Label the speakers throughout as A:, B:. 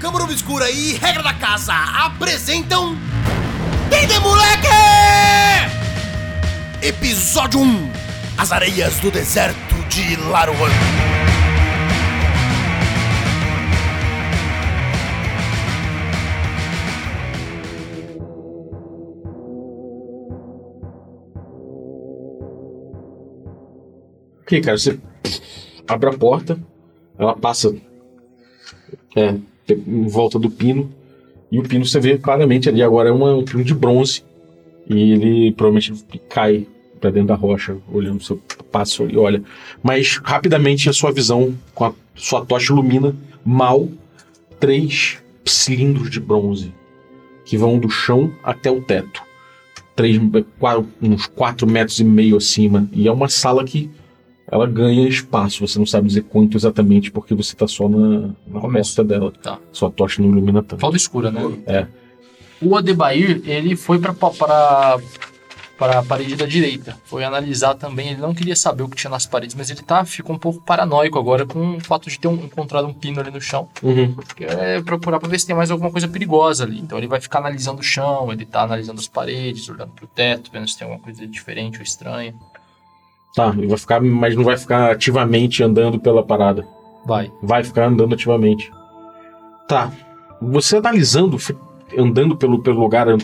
A: Câmara Obscura e Regra da Casa apresentam. Dende Moleque! Episódio 1: As Areias do Deserto de Laruan.
B: Ok, cara, você abre a porta, ela passa é, em volta do pino, e o pino você vê claramente ali agora é uma- um pino de bronze, e ele provavelmente cai pra dentro da rocha, olhando o seu passo e olha. Mas rapidamente a sua visão, com a sua tocha ilumina mal três cilindros de bronze que vão do chão até o teto. Três, quatro, uns 4 metros e meio acima. E é uma sala que ela ganha espaço. Você não sabe dizer quanto exatamente, porque você tá só na, na
C: Começo.
B: porta dela.
C: Tá.
B: Sua tocha não ilumina tanto.
C: Falta escura, né?
B: É.
C: O Adebair, ele foi pra, pa- pra, pra parede da direita. Foi analisar também, ele não queria saber o que tinha nas paredes, mas ele tá, ficou um pouco paranoico agora com o fato de ter um- encontrado um pino ali no chão.
B: Uhum.
C: Quer procurar pra ver se tem mais alguma coisa perigosa ali. Então ele vai ficar analisando o chão, ele tá analisando as paredes, olhando pro teto, vendo se tem alguma coisa diferente ou estranha.
B: Tá, e vai ficar, mas não vai ficar ativamente andando pela parada.
C: Vai.
B: Vai ficar andando ativamente. Tá. Você analisando, fi- andando pelo, pelo lugar, né,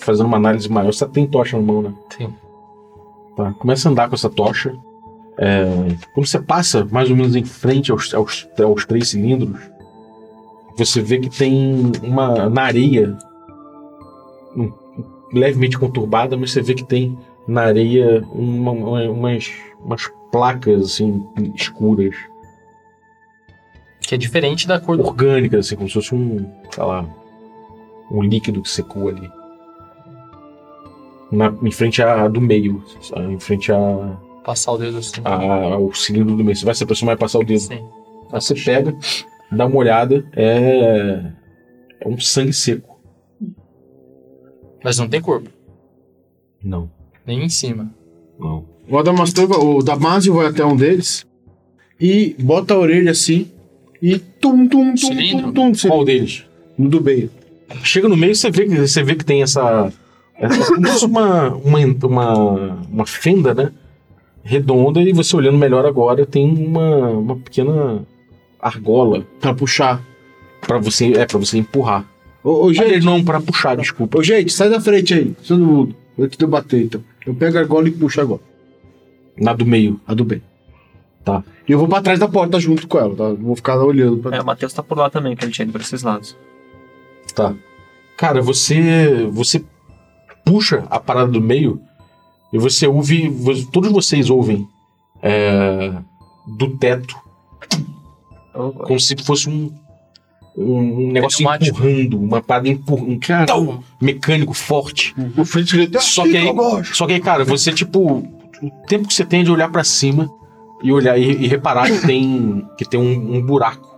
B: fazendo uma análise maior, você tem tocha na mão, né?
C: Tem.
B: Tá, começa a andar com essa tocha. É, quando você passa mais ou menos em frente aos, aos, aos três cilindros, você vê que tem uma na areia um- levemente conturbada, mas você vê que tem na areia uma- uma- umas, umas placas assim escuras,
C: Que é diferente da cor do.
B: orgânicas, assim, como se fosse um, sei lá, um líquido que secou ali. Na, em frente à do meio, em frente à,
C: Passar o dedo assim.
B: a- ao cilindro do meio. Você vai se aproximar e passar o dedo.
C: Sim.
B: Aí você pega, dá uma olhada, é. É um sangue seco.
C: Mas não tem corpo.
B: Não,
C: Nem em cima.
B: não.
D: O Adamastor, vai- o Damasio vai até um deles e bota a orelha assim e tum tum tum
C: Cilindro?
D: tum tum cilindro
B: Qual deles?
D: no Um do meio.
B: Chega no meio você vê que você vê que tem essa. essa como se fosse uma, uma, uma, uma fenda, né? Redonda, e você olhando melhor agora, tem uma, uma pequena argola
D: Pra puxar.
B: para você. É, para você empurrar.
D: Ô, ô, gente,
B: Aliás, não, para puxar, desculpa.
D: ô, gente, sai da frente aí, todo mundo. Eu te debater então. Eu pego a argola e puxo agora.
B: Na do meio.
D: A do bem.
B: Tá.
D: E eu vou pra trás da porta junto com ela, tá? Eu Vou ficar olhando pra
E: É, o Matheus tá por lá também, que ele tinha ido pra esses lados.
B: Tá. Cara, você você puxa a parada do meio e você ouve, vo- todos vocês ouvem é, do teto,
E: Opa.
B: como se fosse um, um, um negócio
C: Pneumático.
B: empurrando, uma parada empurrando, um tal mecânico forte.
D: O Fritz grita,
B: Só que aí-
D: "Fica, mocho!"
B: Só que aí, cara, você tipo, o tempo que você tem de olhar pra cima e olhar e, e reparar que tem que tem um, um buraco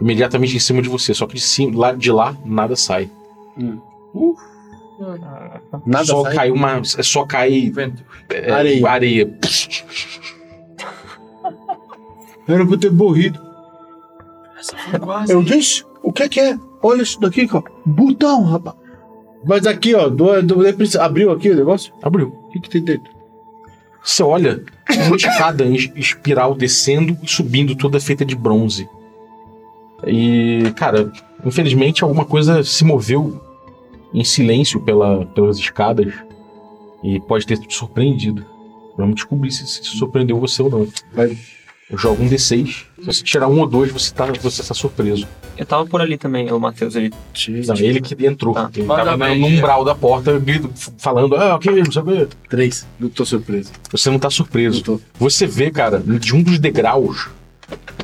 B: imediatamente em cima de você, só que de cima, lá de lá nada sai.
D: Nada
B: só
D: sai.
B: cai uma, só cai
C: Vento.
B: é,
D: Areia.
B: areia.
D: Era pra eu ter morrido.
E: Essa foi quase.
D: Eu disse, É o que que é? Olha isso daqui, cara. Botão, rapaz. Mas aqui, ó, do, do, abriu aqui o negócio?
B: Abriu.
D: O que, que tem dentro?
B: Você olha uma escada em es- espiral descendo e subindo, toda feita de bronze. E, cara, infelizmente alguma coisa se moveu em silêncio pela, pelas escadas e pode ter te surpreendido. Vamos descobrir se, se surpreendeu você ou não.
D: Vai.
B: Eu jogo um D6. Se você tirar um ou dois, você tá, você tá surpreso.
E: Eu tava por ali também, o Matheus, ele.
B: Não, ele que entrou.
E: Tá.
B: Ele
C: Manda
B: tava na-
C: bem, é.
B: no
C: Diego.
B: umbral da porta, grito, falando, ah, ok, não sei o quê.
D: Três. Não tô surpreso.
B: Você não tá surpreso.
D: Não tô.
B: Você vê, cara, de um dos degraus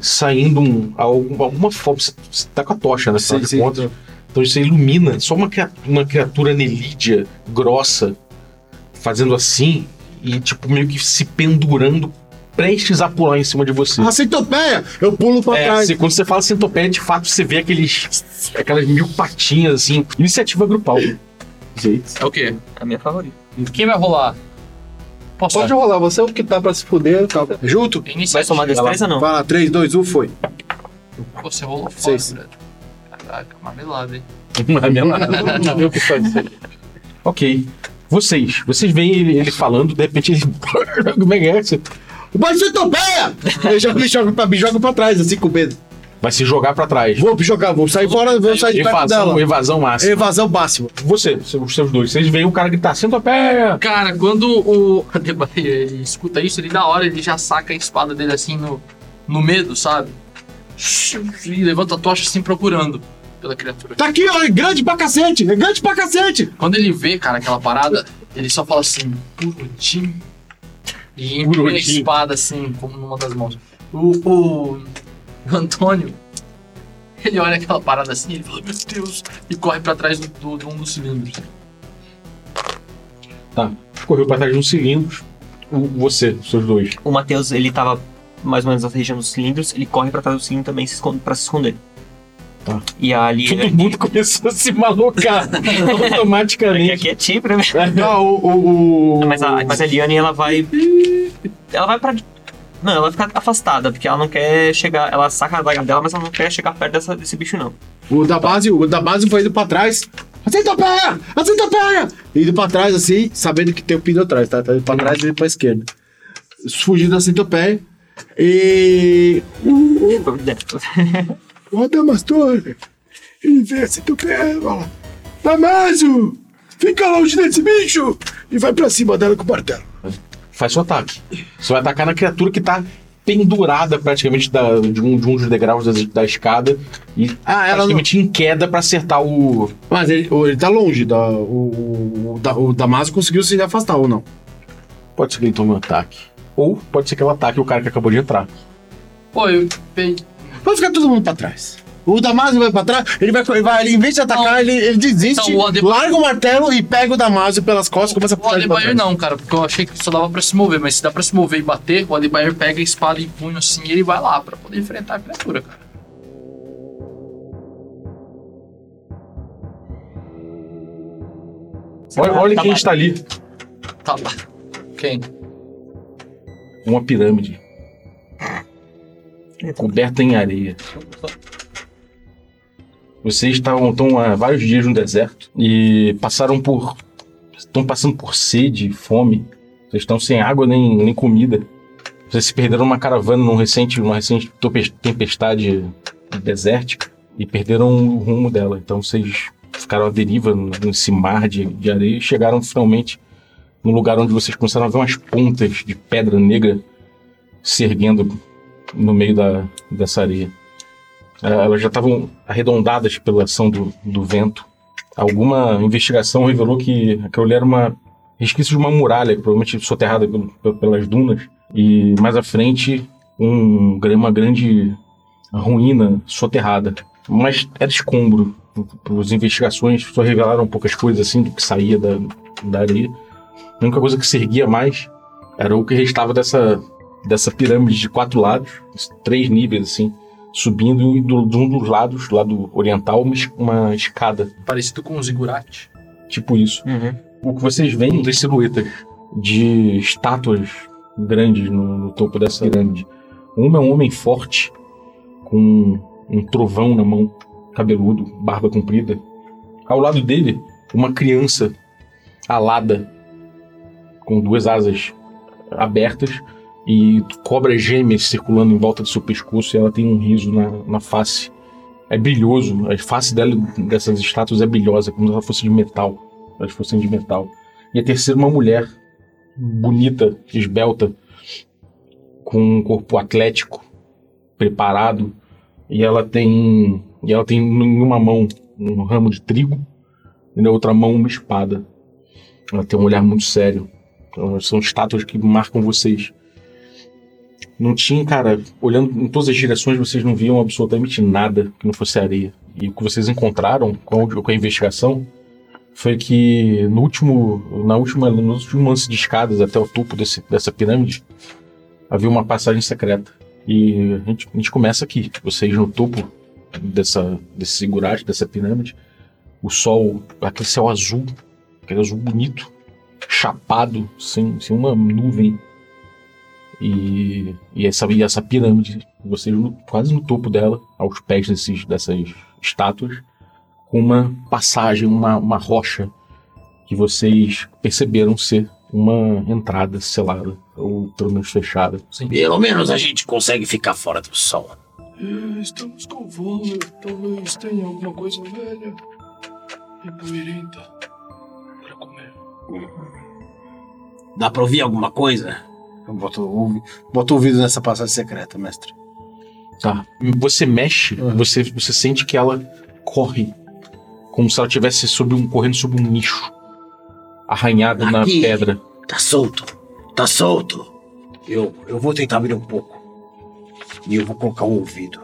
B: saindo um, algum- alguma forma. Você, você tá com a tocha, né? Afinal de contas. Então isso ilumina. Só uma, cria- uma criatura anelídea, grossa, fazendo assim e, tipo, meio que se pendurando, prestes a pular em cima de você.
D: A Ah, centopeia! Eu pulo pra
B: É,
D: trás.
B: você- quando você fala centopeia, de fato, você vê aqueles, aquelas mil patinhas, assim. Iniciativa grupal.
D: Gente.
C: É o quê?
E: É a minha favorita.
C: Quem vai rolar? Posso
D: Pode rolar, você é o que tá pra se fuder. Tá. Junto?
C: Iniciativa.
D: um,
E: Vai somar destreza ou não?
D: Vai lá, 3, 2, 1, foi.
C: Você rolou fora,
D: Seis.
C: velho. Caraca, marmelada, hein?
B: Marmelada.
D: Não, assim, eu que faz.
B: ok. Vocês. Vocês veem ele, ele falando, de repente ele. Como é que é? Você
D: Mas você topeia! Eu já me jogo pra, me jogo pra trás, assim, com medo.
B: Vai se jogar pra trás.
D: Vou jogar, vou sair fora, vou sair de perto
B: Evasão,
D: dela.
B: evasão máxima.
D: Evasão máxima.
B: Você, os seus dois. Vocês veem o cara que tá sendo a pé.
C: Cara, quando o Adebayo ele escuta isso, ele na hora ele já saca a espada dele assim no, no medo, sabe? E levanta a tocha assim procurando pela criatura.
D: Tá aqui, ó, é grande pra cacete! É grande pra cacete!
C: Quando ele vê, cara, aquela parada, ele só fala assim, Urudim. E empunha a
B: Urudim.
C: espada assim, como numa das mãos. O, o, o Antônio, ele olha aquela parada assim, ele fala, meu Deus, e corre pra trás do, do, de um dos cilindros.
B: Tá. Correu pra trás de um cilindro. O- Você, os seus dois.
E: O Matheus, ele tava mais ou menos na região dos cilindros, ele corre pra trás do cilindro também se esconde, pra se esconder.
B: Tá.
E: E a Aline.
B: Todo mundo começou a se malucar
E: Aqui,
B: automaticamente.
E: aqui é Tipra, né?
B: Ah, o, o, o...
E: Mas a, mas a Liane, ela vai. Ela vai pra. Não, ela vai ficar afastada, porque ela não quer chegar. Ela saca a daga dela, mas ela não quer chegar perto dessa- desse bicho, não.
D: O da base, o da base foi indo pra trás. Assim topeia! Assim topeia! Indo pra trás, assim, sabendo que tem o pino atrás, tá? Tá indo pra trás e indo pra esquerda. Fugindo da centopeia. E. O, o, o Adamastor! Ele vê a centopeia e fala: Damásio! Fica longe desse bicho! E vai pra cima dela com o martelo.
B: Faz seu ataque. Você vai atacar na criatura que tá pendurada praticamente da- de, um, de um dos degraus da, da escada e
D: Ah, ela não.
B: praticamente em queda pra acertar o.
D: Mas ele, o- ele tá longe. Da, o, o, o, da- o Damásio conseguiu se afastar ou não?
B: Pode ser que ele tome um ataque. Ou pode ser que ela ataque o cara que acabou de entrar.
C: Pô, eu pe-
D: Vai ficar todo mundo pra trás. O Damásio vai pra trás, ele vai, ele vai ele, em vez de atacar, ele, ele desiste,
C: Não, o Adeba-
D: larga o martelo e pega o Damásio pelas costas e começa a
C: O
D: puxar ele pra
C: Adebayor
D: trás.
C: não, cara, porque eu achei que só dava pra se mover, mas se dá pra se mover e bater, o Adebayor pega a espada e punho assim e ele vai lá pra poder enfrentar a criatura, cara.
B: Olha, olha quem está ali.
C: Tá lá. Quem?
B: Uma pirâmide. Coberta em areia. Vocês estavam estão há vários dias no deserto e passaram por. estão passando por sede, fome. Vocês estão sem água nem, nem comida. Vocês se perderam numa caravana num recente, numa recente tope- tempestade desértica e perderam o rumo dela. Então vocês ficaram à deriva n- nesse mar de, de areia e chegaram finalmente num lugar onde vocês começaram a ver umas pontas de pedra negra se erguendo no meio da, dessa areia. Eh, Elas já estavam arredondadas pela ação do, do vento. Alguma investigação revelou que aquilo ali era uma resquício de uma muralha, provavelmente soterrada pelo- pe- pelas dunas. E mais à frente, um, gran- uma grande ruína soterrada. Mas era escombro. As investigações só revelaram poucas coisas assim do que saía da, da areia. A única coisa que se erguia mais era o que restava dessa, dessa pirâmide de quatro lados, três níveis assim, subindo e do, de um dos lados, do lado oriental, uma, es- uma escada,
C: Parecido com o Zigurate.
B: tipo isso.
E: Uhum.
B: O que vocês veem das silhuetas de estátuas grandes no, no topo dessa pirâmide. Uma é um homem forte, com um trovão na mão, cabeludo, barba comprida. Ao lado dele, uma criança alada, com duas asas abertas e cobras gêmeas circulando em volta do seu pescoço e ela tem um riso na, na face. É brilhoso, a face dela, dessas estátuas é brilhosa, como se ela fosse de metal elas fossem de metal. E a terceira, uma mulher bonita, esbelta, com um corpo atlético, preparado, e ela tem e ela tem em uma mão um ramo de trigo e na outra mão uma espada. Ela tem um olhar muito sério. Então, são estátuas que marcam vocês. Não tinha, cara, olhando em todas as direções, vocês não viam absolutamente nada que não fosse areia. E o que vocês encontraram com a- com a investigação foi que no último, na última, no último lance de escadas até o topo desse, dessa pirâmide, havia uma passagem secreta. E a gente, a gente começa aqui. tipo, Vocês no topo dessa, desse segurate, dessa pirâmide, o sol, aquele céu azul, aquele azul bonito, chapado, sem, sem uma nuvem. E, e, essa, e essa pirâmide, você lu- quase no topo dela, aos pés desses, dessas estátuas, com uma passagem, uma, uma rocha que vocês perceberam ser uma entrada selada, ou pelo menos fechada.
A: Pelo menos a gente consegue ficar fora do sol.
C: Estamos com vôlei, talvez tenha alguma coisa velha e poeirenta para comer.
A: Dá pra ouvir alguma coisa?
D: Eu boto, o ouvi- boto o ouvido nessa passagem secreta, mestre.
B: Tá. Você mexe, você, você sente que ela corre. Como se ela estivesse sob um, correndo sob um nicho. Arranhado na
A: Aqui.
B: pedra.
A: Tá solto. Tá solto. Eu, eu vou tentar abrir um pouco. E eu vou colocar o ouvido.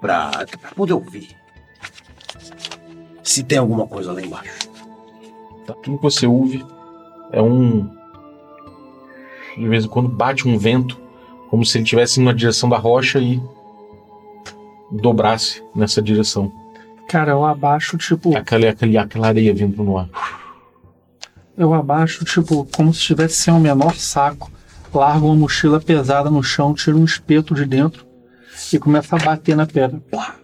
A: Pra, pra poder ouvir. Se tem alguma coisa lá embaixo.
B: Tá? Tudo que você ouve é um. De vez em quando bate um vento, como se ele estivesse indo na direção da rocha e dobrasse nessa direção.
F: Cara, eu abaixo, tipo,
B: Aquela, aquela, aquela areia vindo no ar.
F: eu abaixo, tipo, como se estivesse sem o menor saco. Largo uma mochila pesada no chão, tiro um espeto de dentro e começo a bater na pedra. Plá,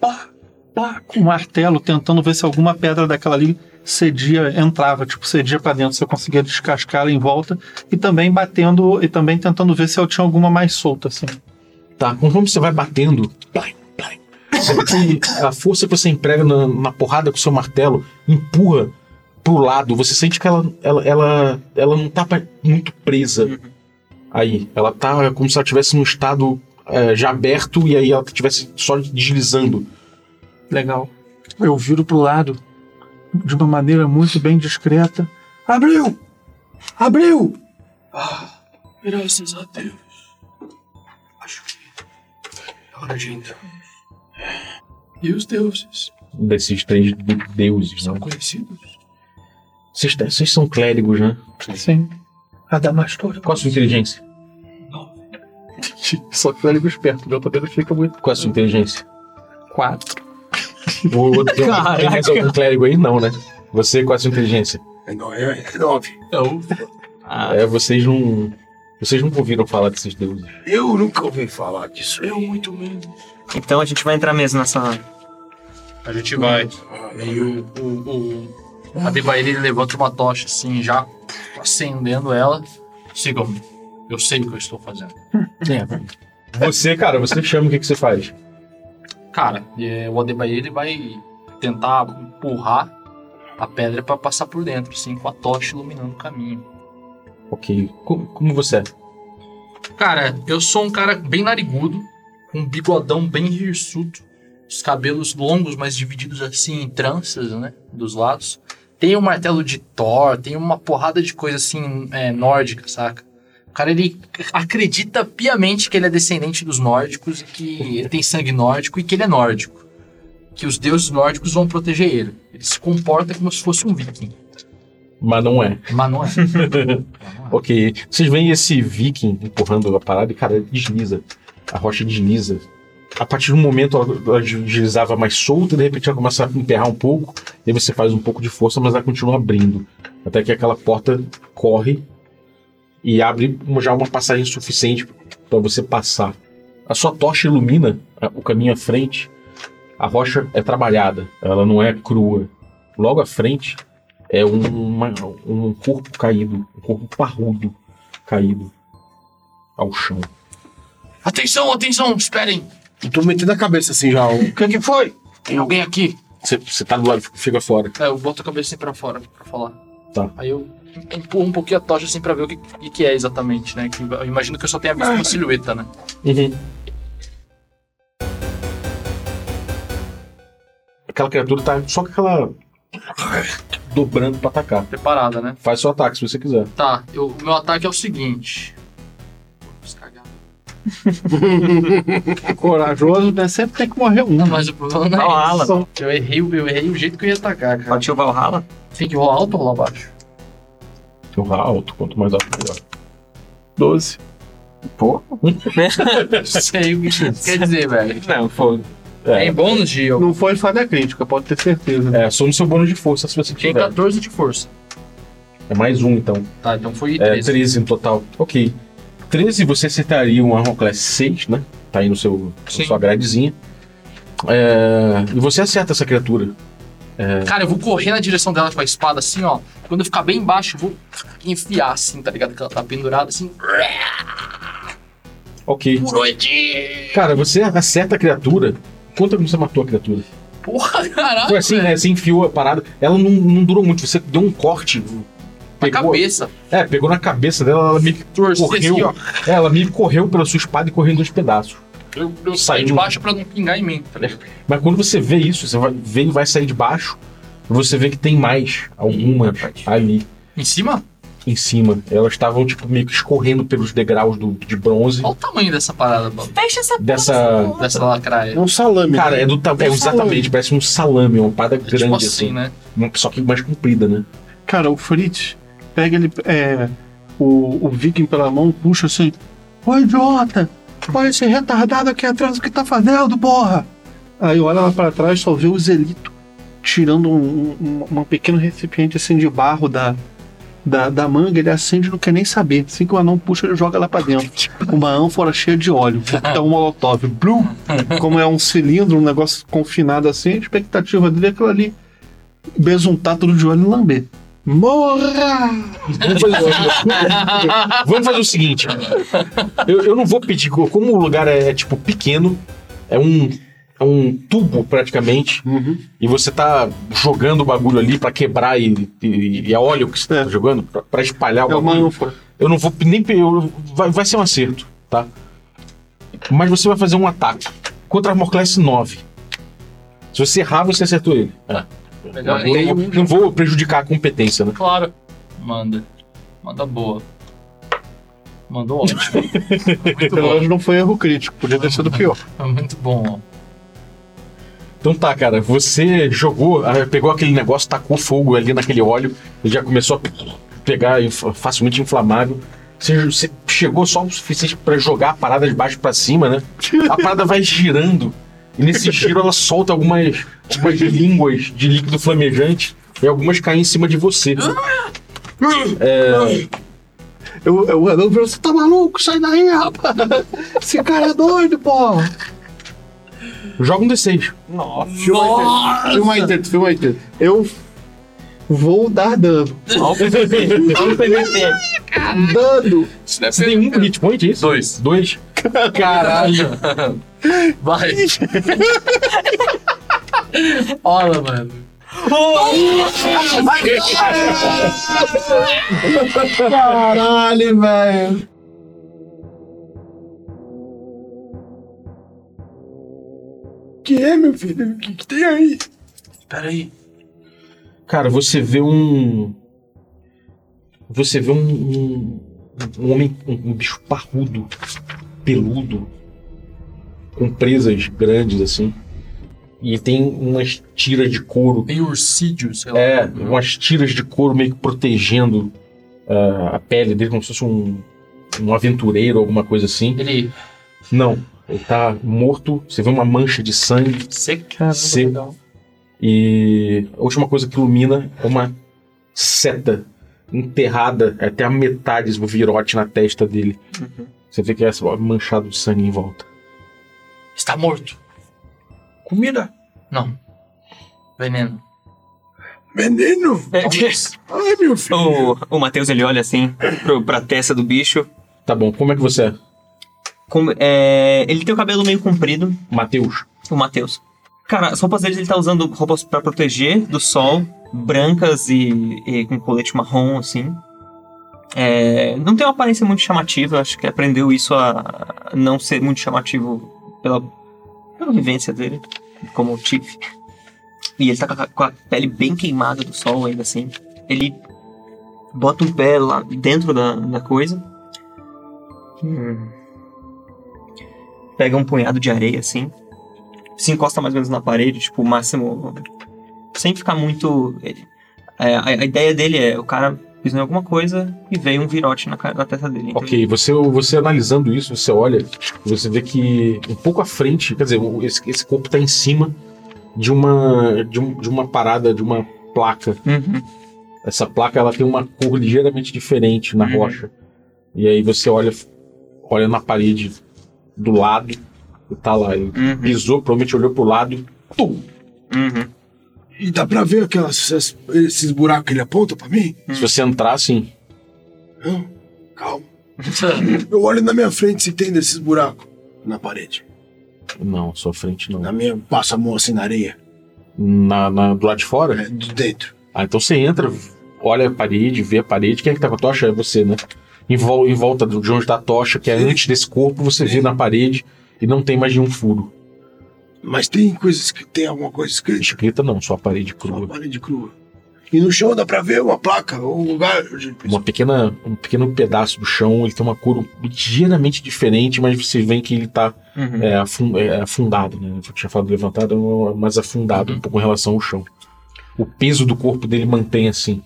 F: plá, plá, com um martelo, tentando ver se alguma pedra daquela ali cedia, entrava, tipo, cedia pra dentro, se eu conseguia descascar ela em volta. E também batendo, e também tentando ver se eu tinha alguma mais solta, assim.
B: Tá, conforme você vai batendo, plim, plim, você vê que a força que você emprega na, na porrada com o seu martelo empurra pro lado. Você sente que ela, ela, ela, ela não tá pa- muito presa aí. Ela tá como se ela estivesse num estado eh, já aberto e aí ela estivesse só deslizando.
F: Legal. Eu viro pro lado de uma maneira muito bem discreta. Abriu! Abriu!
C: Graças a Deus. Acho que é hora de entrar. E os deuses
B: Desses três de- deuses.
C: são
B: né?
C: conhecidos?
B: Vocês, vocês são clérigos, né?
F: Sim. Adamastor.
B: Qual a sua inteligência?
F: Só que o amigo esperto, meu poder fica muito.
B: Qual a sua inteligência?
F: Quatro.
B: O outro tem mais algum clérigo aí? Não, né? Você, qual a sua inteligência?
D: É, no, é, é nove.
C: Não.
E: Ah,
B: É, vocês não. Vocês nunca ouviram falar desses deuses.
D: Eu nunca ouvi falar disso.
C: Eu muito menos.
E: Então a gente vai entrar mesmo nessa.
C: A gente vai. Aí o, o, o Adebair ele levanta uma tocha assim, já acendendo ela. Sigam-me. Eu sei o que eu estou fazendo.
F: É.
B: Você, cara, você chama o que, que você faz?
C: Cara, é, o Adebayo ele vai tentar empurrar a pedra pra passar por dentro, assim, com a tocha iluminando o caminho.
B: Ok. Como, como você é?
C: Cara, eu sou um cara bem narigudo, com um bigodão bem hirsuto, os cabelos longos, mas divididos assim em tranças, né, dos lados. Tem um martelo de Thor, tem uma porrada de coisa assim, é, nórdica, saca? O cara, ele acredita piamente que ele é descendente dos nórdicos, e que tem sangue nórdico e que ele é nórdico. Que os deuses nórdicos vão proteger ele. Ele se comporta como se fosse um viking.
B: Mas não é.
C: Mas não é.
B: Ok. Vocês veem esse viking empurrando a parada e, cara, desliza. A rocha desliza. A partir do momento ela, ela deslizava mais solta, de repente ela começa a emperrar um pouco, e aí você faz um pouco de força, mas ela continua abrindo. Até que aquela porta corre e abre uma- já uma passagem suficiente para você passar. A sua tocha ilumina a- o caminho à frente. A rocha é trabalhada, ela não é crua. Logo à frente é um- uma- um corpo caído, um corpo parrudo caído ao chão.
C: atenção, atenção, esperem!
D: Eu tô metendo a cabeça assim já. O que que foi?
C: Tem alguém aqui!
B: Você- Você tá do lado, fica fora.
C: É, eu boto a cabeça assim pra fora, pra falar.
B: Tá.
C: Aí eu empurro um pouquinho a tocha assim pra ver o que, o que que é exatamente, né? Que eu imagino que eu só tenha visto uma silhueta, né?
B: Aquela criatura tá só com aquela. dobrando pra atacar.
C: Preparada, né?
B: Faz seu ataque se você quiser.
C: Tá, eu- o meu ataque é o seguinte. Vamos cagar.
F: Corajoso, né? Sempre tem que morrer um.
C: Não, mas o problema não é
E: Valhalla.
C: isso. Eu errei, o- eu errei o jeito que eu ia atacar, cara.
E: Partiu Valhalla?
C: Tem que rolar alto ou rolar baixo?
B: Eu vá alto, quanto mais alto melhor.
F: 12.
B: Pô.
C: Não sei o que isso quer dizer, velho.
E: Não, fogo.
C: É.
B: É,
C: Em bônus de eu.
F: Não foi falha crítica, pode ter certeza.
B: é, só no seu bônus de força se você
C: Tem
B: tiver.
C: 14 de força.
B: É mais um então.
C: Tá, então foi
B: É
C: 13.
B: 13 no total. Ok. 13 você acertaria um Armor Class 6, né? Tá aí no seu,
C: Sim.
B: sua gradezinha. É, e você acerta essa criatura.
C: Cara, eu vou correr na direção dela com a espada, assim, ó. Quando eu ficar bem embaixo, eu vou enfiar, assim, tá ligado? Que ela tá pendurada, assim.
B: Ok.
C: Puroide!
B: Cara, você acerta a criatura. Conta como você matou a criatura.
C: Porra, caralho!
B: Foi assim, né? Você enfiou a parada. Ela não, não durou muito. Você deu um corte.
C: Na cabeça.
B: É, pegou na cabeça dela. Ela meio que
C: Torcer assim,
B: correu. É,
C: ó.
B: Ela meio que correu pela sua espada e correu em dois pedaços.
C: Eu,
B: Saiu.
C: eu
B: um
C: saí de baixo pra não pingar em mim, tá ligado?
B: Mas quando você vê isso, você vai, vê e vai sair de baixo. Você vê que tem mais algumas ali
C: Em cima?
B: em cima. Elas estavam tipo meio que escorrendo pelos degraus do, de bronze.
C: Olha o tamanho dessa parada, mano.
E: Fecha essa porra,
B: Dessa-
E: essa porra.
C: Dessa lacraia.
D: É um salame.
B: Cara,
D: né?
B: é do tamanho. É exatamente, parece um salame, uma parada
C: É
B: grande
C: tipo assim,
B: assim.
C: né?
B: Uma- Só que mais comprida, né?
F: Cara, o Fritz pega ele, é, o, o Viking pela mão, puxa assim. Ô idiota! Olha esse retardado aqui atrás, o que tá fazendo, porra? Aí olha lá pra trás, só vê o Zelito tirando um, um, um pequeno recipiente assim de barro da, da, da manga, ele acende e não quer nem saber. Assim que o anão puxa, ele joga lá pra dentro. Uma ânfora cheia de óleo, é um molotov. Blue, como é um cilindro, um negócio confinado assim, a expectativa dele é aquilo ali besuntar tudo de óleo e lamber. Morra!
B: Vamos fazer, Vamos fazer o seguinte. Eu, eu não vou pedir. Como o lugar é, tipo pequeno, é um. É um tubo praticamente.
D: Uhum.
B: E você tá jogando o bagulho ali pra quebrar e, e, e é óleo que você tá
F: É.
B: jogando pra, pra espalhar o
F: É uma
B: bagulho.
F: ânfora.
B: Eu não vou nem. pe- eu- vai, vai ser um acerto, tá? Mas você vai fazer um ataque contra a Armor Class 9. Se você errar, você acertou ele. É.
C: Legal,
B: Eu não,
C: hein?
B: vou- não vou prejudicar a competência, né?
C: um Claro. Manda. Manda boa. Mandou ótimo. Muito
F: Pelo
C: bom.
F: menos não foi erro crítico, podia ter sido pior.
C: Foi Muito bom.
B: Então tá, cara. Você jogou, ah, pegou aquele negócio, tacou fogo ali naquele óleo. Ele já começou a pegar inf- facilmente inflamável. Você, você chegou só o suficiente pra jogar a parada de baixo pra cima, né? A parada vai girando. E nesse giro ela solta algumas, algumas línguas de líquido flamejante. E algumas caem em cima de você.
F: Eu, eu, eu, eu você tá maluco? Sai daí, rapaz! Esse cara é doido, porra!
B: Joga um D6.
E: Nossa,
C: Nossa!
D: Filma aí, Teto, filma aí, Teto.
F: Eu vou dar dano.
E: olha o PVP. Olha o PVP.
F: Dano!
B: Você tem um hit point, é isso?
E: Dois.
B: Dois.
C: Caralho. Vai. Olha, mano.
D: Caralho, velho. Que é, meu filho? O que, que tem aí?
C: Pera aí.
B: Cara, você vê um. Você vê um. Um, um homem. Um, um bicho parrudo, peludo, com presas grandes assim. E tem umas tiras de couro.
C: Meio ursídio, sei lá.
B: É, umas tiras de couro meio que protegendo ah, a pele dele, como se fosse um, um aventureiro, alguma coisa assim.
C: Ele
B: Não, ele tá morto. Você vê uma mancha de sangue.
E: Seca.
F: Caramba,
B: Sim.
F: legal.
B: E a última coisa que ilumina é uma seta enterrada é até a metade do virote na testa dele. Você vê que é essa ó, manchado de sangue em volta.
C: está morto.
E: Comida.
C: Não. Veneno.
D: Veneno? Ai, meu filho.
E: O, o Matheus, ele olha assim pro, pra testa do bicho.
B: Tá bom, como é que você é?
E: Como- é, ele tem o cabelo meio comprido,
B: Matheus.
E: o Matheus. Cara, as roupas dele, ele tá usando roupas pra proteger do sol, brancas e, e com colete marrom, assim. É, não tem uma aparência muito chamativa, acho que aprendeu isso a não ser muito chamativo pela, pela vivência dele, como tive. E ele tá com a, com a pele bem queimada do sol ainda assim. Ele bota um pé lá dentro da, da coisa. Hum. Pega um punhado de areia assim se encosta mais ou menos na parede, tipo, o máximo. Sem ficar muito. ele- é, a, a ideia dele é o cara pisou em alguma coisa e veio um virote na, cara- na testa dele. então-
B: Ok, você, você analisando isso, você olha, você vê que um pouco à frente, quer dizer, o- esse, esse corpo tá em cima de uma, de, um- de uma parada, de uma placa.
E: Uhum.
B: Essa placa ela tem uma cor ligeiramente diferente na
E: Uhum.
B: rocha. E aí você olha, olha na parede do lado e tá lá. Ele
E: Uhum.
B: pisou, provavelmente olhou pro lado e tum!
E: Uhum.
D: E dá pra ver aquelas, es- esses buracos que ele aponta pra mim?
B: Se você entrar assim,
D: Não, calma. Eu olho na minha frente se tem desses buracos na parede.
B: não, sua frente não.
D: Na minha, passa a mão assim na areia,
B: Na, na- do lado de fora?
D: é, de dentro.
B: Ah, então você entra, olha a parede, vê a parede. Quem é que tá com a tocha? É você, né? Em, vol- em volta do- de onde tá a tocha, que é antes desse corpo, você vê na parede e não tem mais nenhum furo.
D: Mas tem coisas que tem alguma coisa escrita
B: Escrita não, só a parede
D: na
B: crua.
D: parede crua. E no chão dá pra ver uma placa ou um lugar onde ele pisou.
B: Uma pequena, um pequeno pedaço do chão, ele tem uma cor ligeiramente diferente, mas você vê que ele tá
E: Uhum.
B: é, afun- é, afundado, né? Eu tinha falado levantado, é mais afundado um pouco em relação ao chão. O peso do corpo dele mantém assim.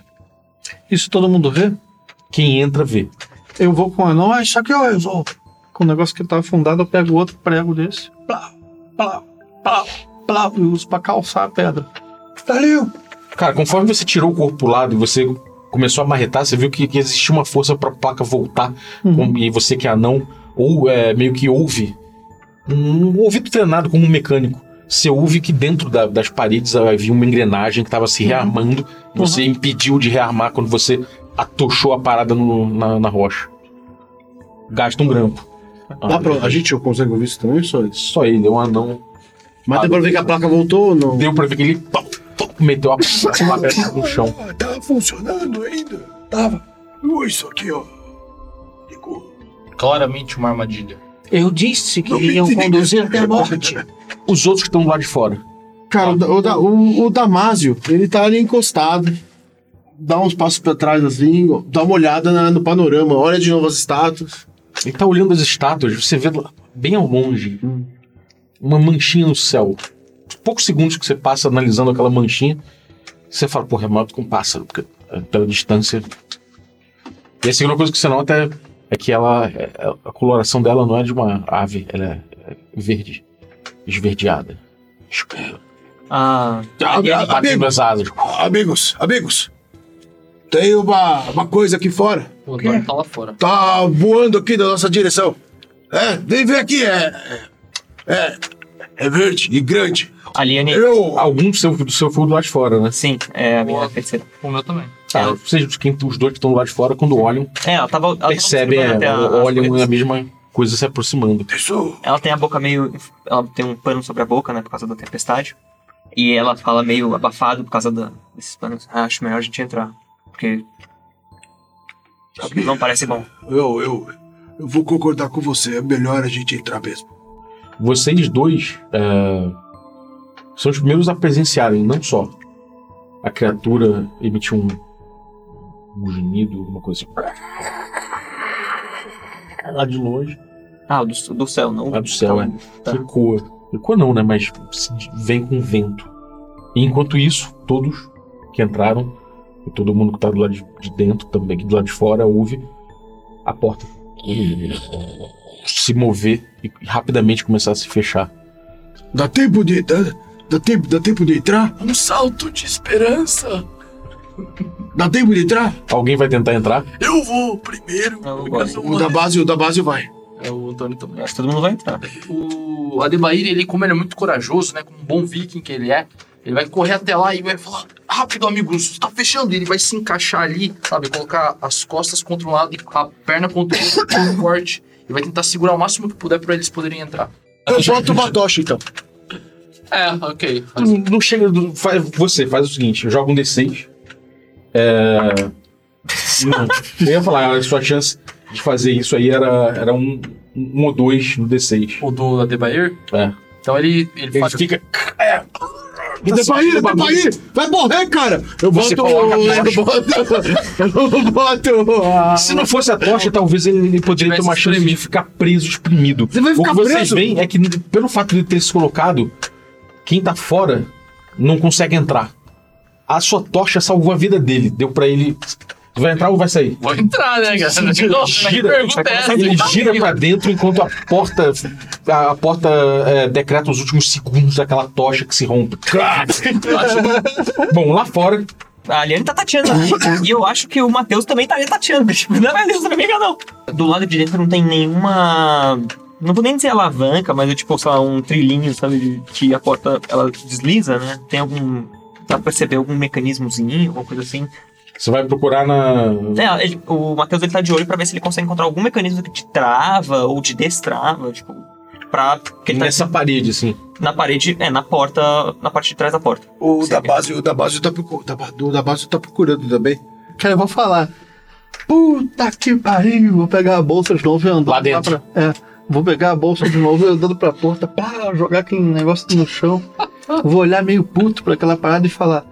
F: Isso todo mundo vê?
B: Quem entra vê.
F: Eu vou com o anão, ah, isso aqui eu resolvo. Com o negócio que tá afundado, eu pego outro prego desse. Plá, plá, plá, plá, e uso pra calçar a pedra.
D: Tá ali, ó.
B: Cara, conforme você tirou o corpo pro lado e você começou a marretar, você viu que, que existia uma força pra placa voltar.
F: Uhum.
B: com- e você que é anão, ou é, meio que ouve. Um ouvido treinado como um mecânico. Você ouve que dentro da- das paredes havia uma engrenagem que estava
D: Uhum.
B: se rearmando. Você impediu de rearmar quando você atochou a parada no- na, na rocha. Gasta um grampo.
D: Dá pra, a gente consegue ouvir isso também, só isso?
B: Só ele, é um anão.
D: Mas dá pra ver que a placa voltou ou não?
B: Deu pra ver que ele pau, pau, meteu a placa no chão.
D: Ah, Tá funcionando ainda? Tava. Olha isso aqui, ó. Ficou.
C: Claramente uma armadilha.
G: Eu disse que
D: Não me
G: iriam
D: diga.
G: conduzir até a morte.
B: Os outros que estão lá de fora.
D: Cara, o, Da- o, Da- o, o Damásio, ele tá ali encostado. Dá uns passos pra trás assim, ó, dá uma olhada na- no panorama, olha de novo as estátuas.
B: Ele tá olhando as estátuas, você vê lá, bem ao longe uma manchinha no céu. Poucos segundos que você passa analisando aquela manchinha, você fala, porra, é maior do que um pássaro, porque, é, pela distância. E a segunda coisa que você nota é, é que ela, é- é- a coloração dela não é de uma ave, ela é é verde, esverdeada. Escura.
E: Ah,
B: Batendo as asas.
D: amigos, amigos. Tem uma, uma coisa aqui fora.
C: O Eduardo tá lá fora.
D: Tá voando aqui na nossa direção. É, vem ver aqui. É, é, é, é verde e grande.
E: Aliane.
D: Eu.
B: Algum do seu, do seu foi do lado de fora, né?
E: Sim, é a minha
C: Boa.
E: terceira.
C: O meu também.
B: Tá, vocês, os quem- os dois que estão do lado de fora, quando olham,
E: É, ela tava. Ela tava
B: percebem,
E: observando
B: é,
E: até a- as
B: olham
E: coisas.
B: a mesma coisa se aproximando.
D: Isso.
E: Ela tem a boca meio. Ela tem um pano sobre a boca, né? Por causa da tempestade. E ela fala meio abafado por causa da- desses panos. Ah, acho melhor a gente entrar. Porque. isso Não parece bom.
D: Eu, eu, eu vou concordar com você. É melhor a gente entrar mesmo.
B: vocês dois é, são os primeiros a presenciarem, não só a criatura emitiu um, um gemido, alguma coisa assim. Lá de longe,
E: Ah, o do, do céu, não.
B: lá do céu, é.
E: Tá.
B: Ecoa. Ecoa não, né? Mas se vem com vento. E enquanto isso, todos que entraram, e todo mundo que tá do lado de, de dentro também, que do lado de fora, ouve a porta se mover e rapidamente começar a se fechar.
D: Dá tempo de. Dá, dá tempo, dá tempo de entrar?
C: Um salto de esperança!
D: Dá tempo de entrar?
B: Alguém vai tentar entrar?
D: Eu vou primeiro.
E: Eu não gosto.
D: O da base, o da base vai.
C: É o Antônio também.
E: Acho que todo mundo vai entrar.
C: o Adebair, ele, como ele é muito corajoso, né? Como um bom viking que ele é, ele vai correr até lá e vai falar: rápido, amigos, tá fechando. Ele vai se encaixar ali, sabe? Colocar as costas contra um lado e a perna contra o outro, com um forte. E vai tentar segurar o máximo que puder pra eles poderem entrar.
D: Eu boto uma tocha então.
C: É, ok.
B: Tu Ah, não- não chega. do- faz- você faz o seguinte: joga um D6. É. Não, eu ia falar, a sua chance de fazer isso aí era, era um, um ou dois no D6.
C: O do Adebair?
B: É.
C: Então ele, ele,
B: Ele
C: faz.
B: fica. "É,
D: E
B: Tá
D: Depaí,
B: sentindo
D: Depaí, vai morrer, cara! Eu
B: Você
D: boto.
B: coloca a
D: Eu boto. Eu boto. ah,
B: Se não fosse a tocha, talvez ele, ele poderia ter uma
C: Tivesse
B: chance de ficar preso, exprimido.
D: Você vai ficar
B: o que vocês
D: preso?
B: veem é que, pelo fato de ele ter se colocado, quem tá fora não consegue entrar. A sua tocha salvou a vida dele. Deu pra ele. Vai entrar ou vai sair?
C: Vou entrar, né, cara? Nossa, que
B: Gira.
C: pergunta é essa?
B: Ele gira pra dentro enquanto a porta a, a porta é, decreta os últimos segundos daquela tocha que se rompe. Bom, lá fora,
E: A Aliane tá tateando. e eu acho que o Matheus também tá ali tateando, bicho. Não é Deus, não é amiga, não. Do lado de dentro não tem nenhuma. Não vou nem dizer alavanca, mas é tipo, sei lá, um trilhinho, sabe? de- Que a porta ela desliza, né? Tem algum. Dá pra perceber algum mecanismozinho, alguma coisa assim.
B: Você vai procurar na.
E: É, ele- o Matheus ele tá de olho pra ver se ele consegue encontrar algum mecanismo que te trava ou te destrava, tipo, pra. Porque ele tá
B: Nessa parede, assim.
E: na parede, é, na porta, na parte de trás da porta.
D: O
E: Sim.
D: da base, o da base tá procurando. O da base tá procurando também. Cara, eu vou falar. Puta que pariu! Vou pegar a bolsa de novo e andando.
B: Lá dentro.
D: pra- é, vou pegar a bolsa de novo e andando pra porta. Pá, jogar aquele negócio no chão. Vou olhar meio puto pra aquela parada e falar.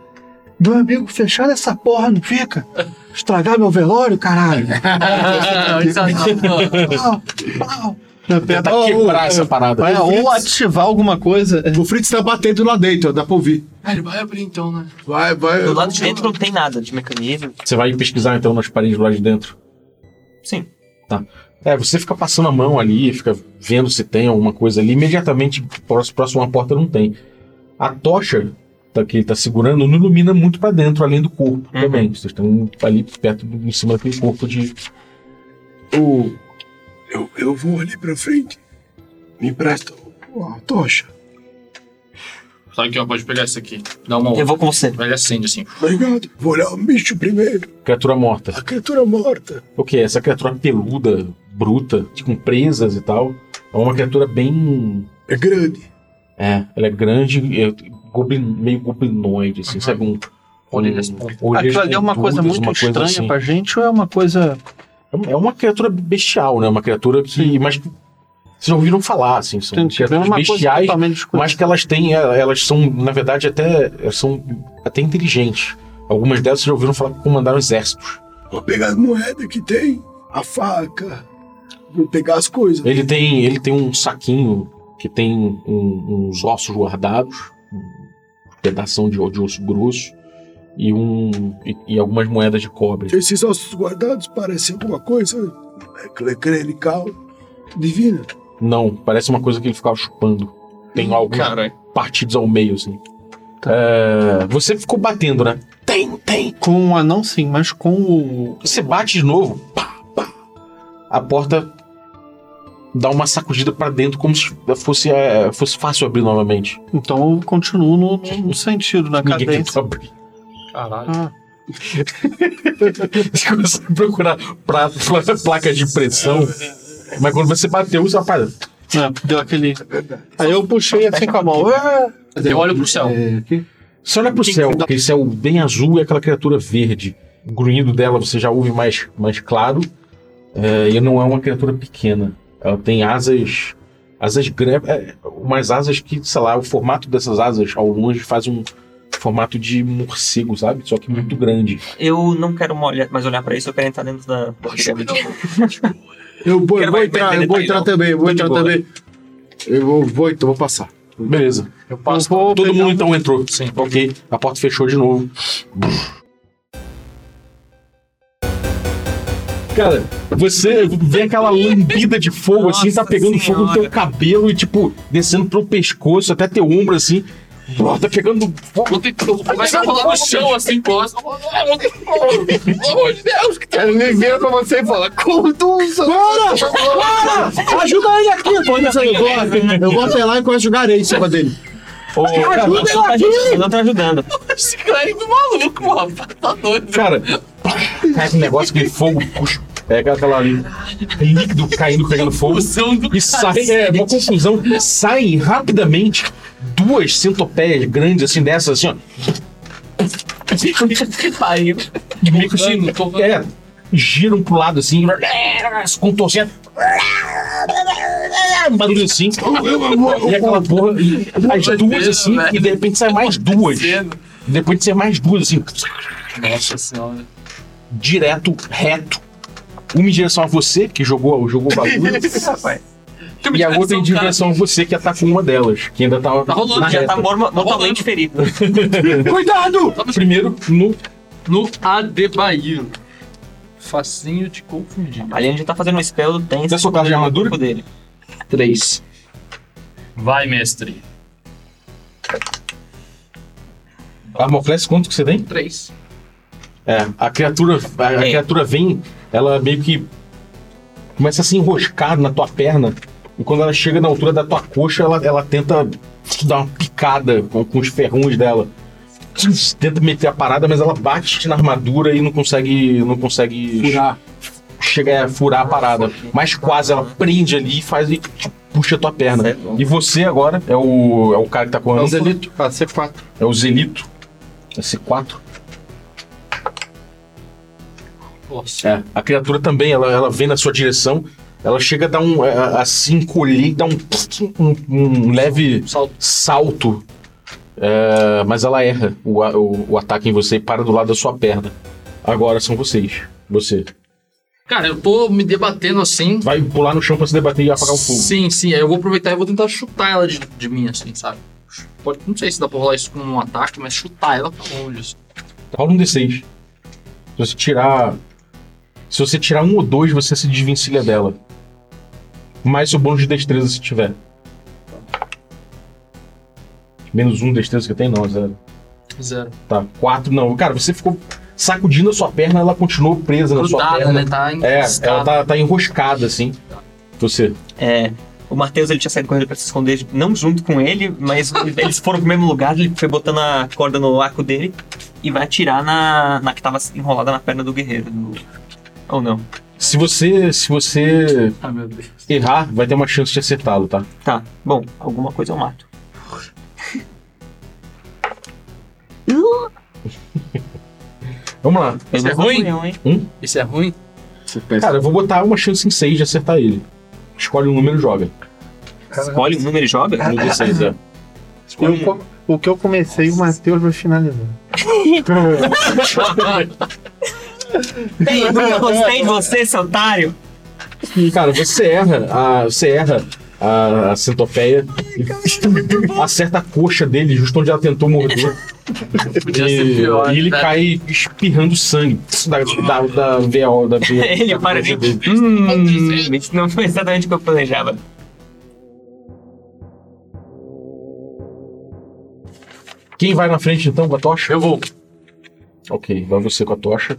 D: Meu amigo, fechar essa porra, não fica? Estragar meu velório, caralho.
C: Ah,
D: Pau, pau.
B: Tentar tá quebrar essa parada.
D: Vai,
F: É, ou ativar alguma coisa.
D: O Fritz tá batendo lá dentro, dá pra ouvir.
C: Ah, ele vai abrir então, né?
D: Vai, vai.
E: Do lado de dentro não tem nada de mecanismo.
B: Você vai pesquisar então nas paredes lá de dentro.
E: Sim.
B: É, você fica passando a mão ali, fica vendo se tem alguma coisa ali. Imediatamente próximo, próximo à porta não tem. A tocha tá- que ele tá segurando não ilumina muito pra dentro, além do corpo
E: Uhum.
B: também. Vocês estão ali perto, do- em cima daquele corpo de.
D: O- Eu, eu vou ali pra frente. Me empresta a tocha.
C: Tá aqui, ó, pode pegar esse aqui. Dá uma
E: Eu vou com você.
C: Ele acende assim.
D: Obrigado. Vou olhar o bicho primeiro.
B: Criatura morta.
D: A criatura morta.
B: O que é? Essa criatura peluda, bruta, tipo, com presas e tal. É uma criatura bem.
D: É grande.
B: É, ela é grande, é, goblin- meio goblinoide, assim, sabe? Um,
C: Orelhas
B: um-
C: pontudas.
B: orelhas
F: Aquilo ali é uma coisa
B: pontudas,
F: muito
B: uma coisa
F: estranha
B: assim.
F: pra gente ou é uma coisa.
B: É uma criatura bestial, né? Uma criatura que. Mas que vocês já ouviram falar, assim. São
F: é
B: criaturas
F: uma coisa
B: bestiais,
F: totalmente
B: mas
F: desconhecida?
B: que elas têm. é, Elas são, na verdade, até. elas são até inteligentes. Algumas delas vocês já ouviram falar que comandaram exércitos.
D: Vou pegar as moedas que tem. A faca. Vou pegar as coisas.
B: Ele tem, ele tem um saquinho que tem um- uns ossos guardados, um pedação de, de osso grosso e, um, e, e algumas moedas de cobre.
D: Esses ossos guardados parecem alguma coisa cl- clerical. Divina.
B: Não, parece uma coisa que ele ficava chupando. Tem alguns
E: Caralho.
B: partidos ao meio, assim. É, você ficou batendo, né? Tem, tem.
F: Com o anão, sim, mas com o.
B: Você bate de novo, pá, pá. A porta dá uma sacudida pra dentro como se fosse, é, fosse fácil abrir novamente.
F: Então eu continuo no, no- no sentido, na
B: Ninguém
F: cadência.
B: tentou abrir.
C: Caralho.
F: Ah,
B: Você começou a procurar pra, pra- placa de pressão. Mas quando você bateu, você apaga.
F: né, deu aquele.
D: É
F: Aí eu puxei assim com a mão. "Ah!"
C: Eu olho pro céu.
B: Você olha pro céu, aquele céu bem azul e aquela criatura verde. O grunhido dela você já ouve mais, mais claro. É, e não é uma criatura pequena. Ela tem asas. Asas greves. É, umas asas que, sei lá, o formato dessas asas ao longe faz um formato de morcego, sabe? Só que muito grande.
E: Eu não quero mo- olhar- mais olhar pra isso, eu quero entrar dentro da. da pirâmide.
D: Eu vou, vou
E: Quero mais-
D: entrar,
E: mais
D: eu vou
E: detalhe,
D: entrar
E: não.
D: também, eu vou
E: Tô de
D: entrar
E: boa.
D: também. Eu vou, vou, então, vou passar.
B: Beleza.
C: Eu passo.
F: vou
B: Todo
F: pegar
B: mundo então entrou.
C: Sim.
B: Ok. A porta fechou de novo. Cara, você vê aquela lambida de fogo assim, tá
E: Nossa
B: pegando fogo no teu
E: Senhora.
B: cabelo e tipo, descendo pro pescoço até teu ombro assim. Bro, tá pegando fogo.
C: Vou ter que- eu vou começar a rolar no chão assim, posso. Pelo amor de Deus, que
D: Ele nem vira pra você e fala, conduza! Para! Para! Ajuda ele aqui! Eu vou, eu vou até lá e começo a jogar areia em cima dele.
E: Ô, cara,
D: ajuda
E: você não tá ajudando, não tá ajudando.
C: esse clérigo maluco, rapaz. Tá doido.
B: Cara, cai um negócio de fogo, puxa, pega aquela líquido caindo, pegando fogo.
C: Fusão do
B: E sai, é, uma confusão. Saem rapidamente duas centopeias grandes, assim, dessas, assim, ó.
C: que pariu.
B: E meio que assim,
C: Tocando, tocando.
B: é, giram pro lado, assim, se contorcendo. Um barulho assim. E aquela porra, e as duas assim, e de repente sai mais duas. Depois de ser mais duas, assim,
C: Nossa senhora.
B: direto, reto. Uma em direção a você, que jogou jogou o bagulho, e a outra é em direção a você, que atacou uma delas, que ainda tava.
C: Tá rolando,
B: na
E: Já tá
B: reta.
E: mormo- mortalmente ferido.
D: Cuidado!
B: Primeiro no
C: No Adebayo. Facinho de confundir.
E: A Liane já tá fazendo um spell dance.
B: Quer socar de armadura?
E: corpo dele.
B: 3.
C: Vai, mestre.
B: Armor Class, quanto que você tem?
C: Três.
B: É, a criatura, a, a
E: É.
B: criatura vem, ela meio que começa a se enroscar na tua perna. E quando ela chega na altura da tua coxa, ela, ela tenta te dar uma picada com, com os ferrões dela. Tenta meter a parada, mas ela bate na armadura e não consegue. não consegue
D: Furar.
B: chegar a furar a parada. Mas quase ela prende ali e faz e te puxa a tua perna.
E: Certo.
B: E você agora é o, é o cara que tá com a
D: É o
B: ânfora.
D: Zelito. Ah, C4.
B: É o Zelito. É C4.
C: Nossa.
B: É. A criatura também, ela, ela vem na sua direção. Ela chega a dar um. A, a se encolher e dar um, um, um leve
C: Salto.
B: salto. É, mas ela erra o, a- o, o ataque em você e para do lado da sua perna. Agora são vocês. Você.
C: Cara, eu tô me debatendo assim.
B: Vai pular no chão pra se debater e apagar o fogo.
C: Sim, sim. Aí eu vou aproveitar e vou tentar chutar ela de, de mim, assim, sabe? Pode, não sei se dá pra rolar isso com um ataque, mas chutar ela pra longe. assim.
B: Rola um D6. Se você tirar. Se você tirar um ou dois, você se desvencilha dela. Mais seu bônus de destreza se tiver. Menos um destreza que tem, não, zero.
C: Zero.
B: Tá, quatro não. Cara, você ficou sacudindo a sua perna, ela continuou presa na sua
C: Grudada,
B: perna.
C: né? Tá
B: É, ela
C: encostada.
B: tá, tá enroscada assim. Você.
E: É, o Matheus ele tinha saído correndo pra se esconder, não junto com ele, mas eles foram pro mesmo lugar, ele foi botando a corda no arco dele e vai atirar na, na que tava enrolada na perna do guerreiro. do- Ou não.
B: Se você. Se você
C: Ah, meu Deus.
B: errar, vai ter uma chance de acertá-lo, tá?
E: Tá, bom, alguma coisa eu mato.
B: Vamos lá.
E: Pelo
C: Isso é
E: menos
C: ruim?
E: não fui eu, hein?
C: Isso é ruim?
D: Você pensa.
B: Cara, eu vou botar uma chance em seis de acertar ele. Escolhe um número e joga.
E: Escolhe um número e joga?
B: No D6, é.
F: Eu co- o que eu comecei, o Matheus vai finalizar.
E: Ei, eu nunca gostei de você, seu otário!
B: Cara, você erra, a, você erra a, a centopeia e acerta a coxa dele, justo onde ela tentou morder.
C: Podia
B: e,
C: ser pior.
B: e ele
C: né?
B: cai espirrando sangue da, da, da VO, da veia-
E: Ele
B: da
E: para de.
B: coxa dele.
E: Hum, isso não foi exatamente o que eu planejava.
B: Quem vai na frente então com a tocha?
C: Eu vou.
B: Ok, vai você com a tocha.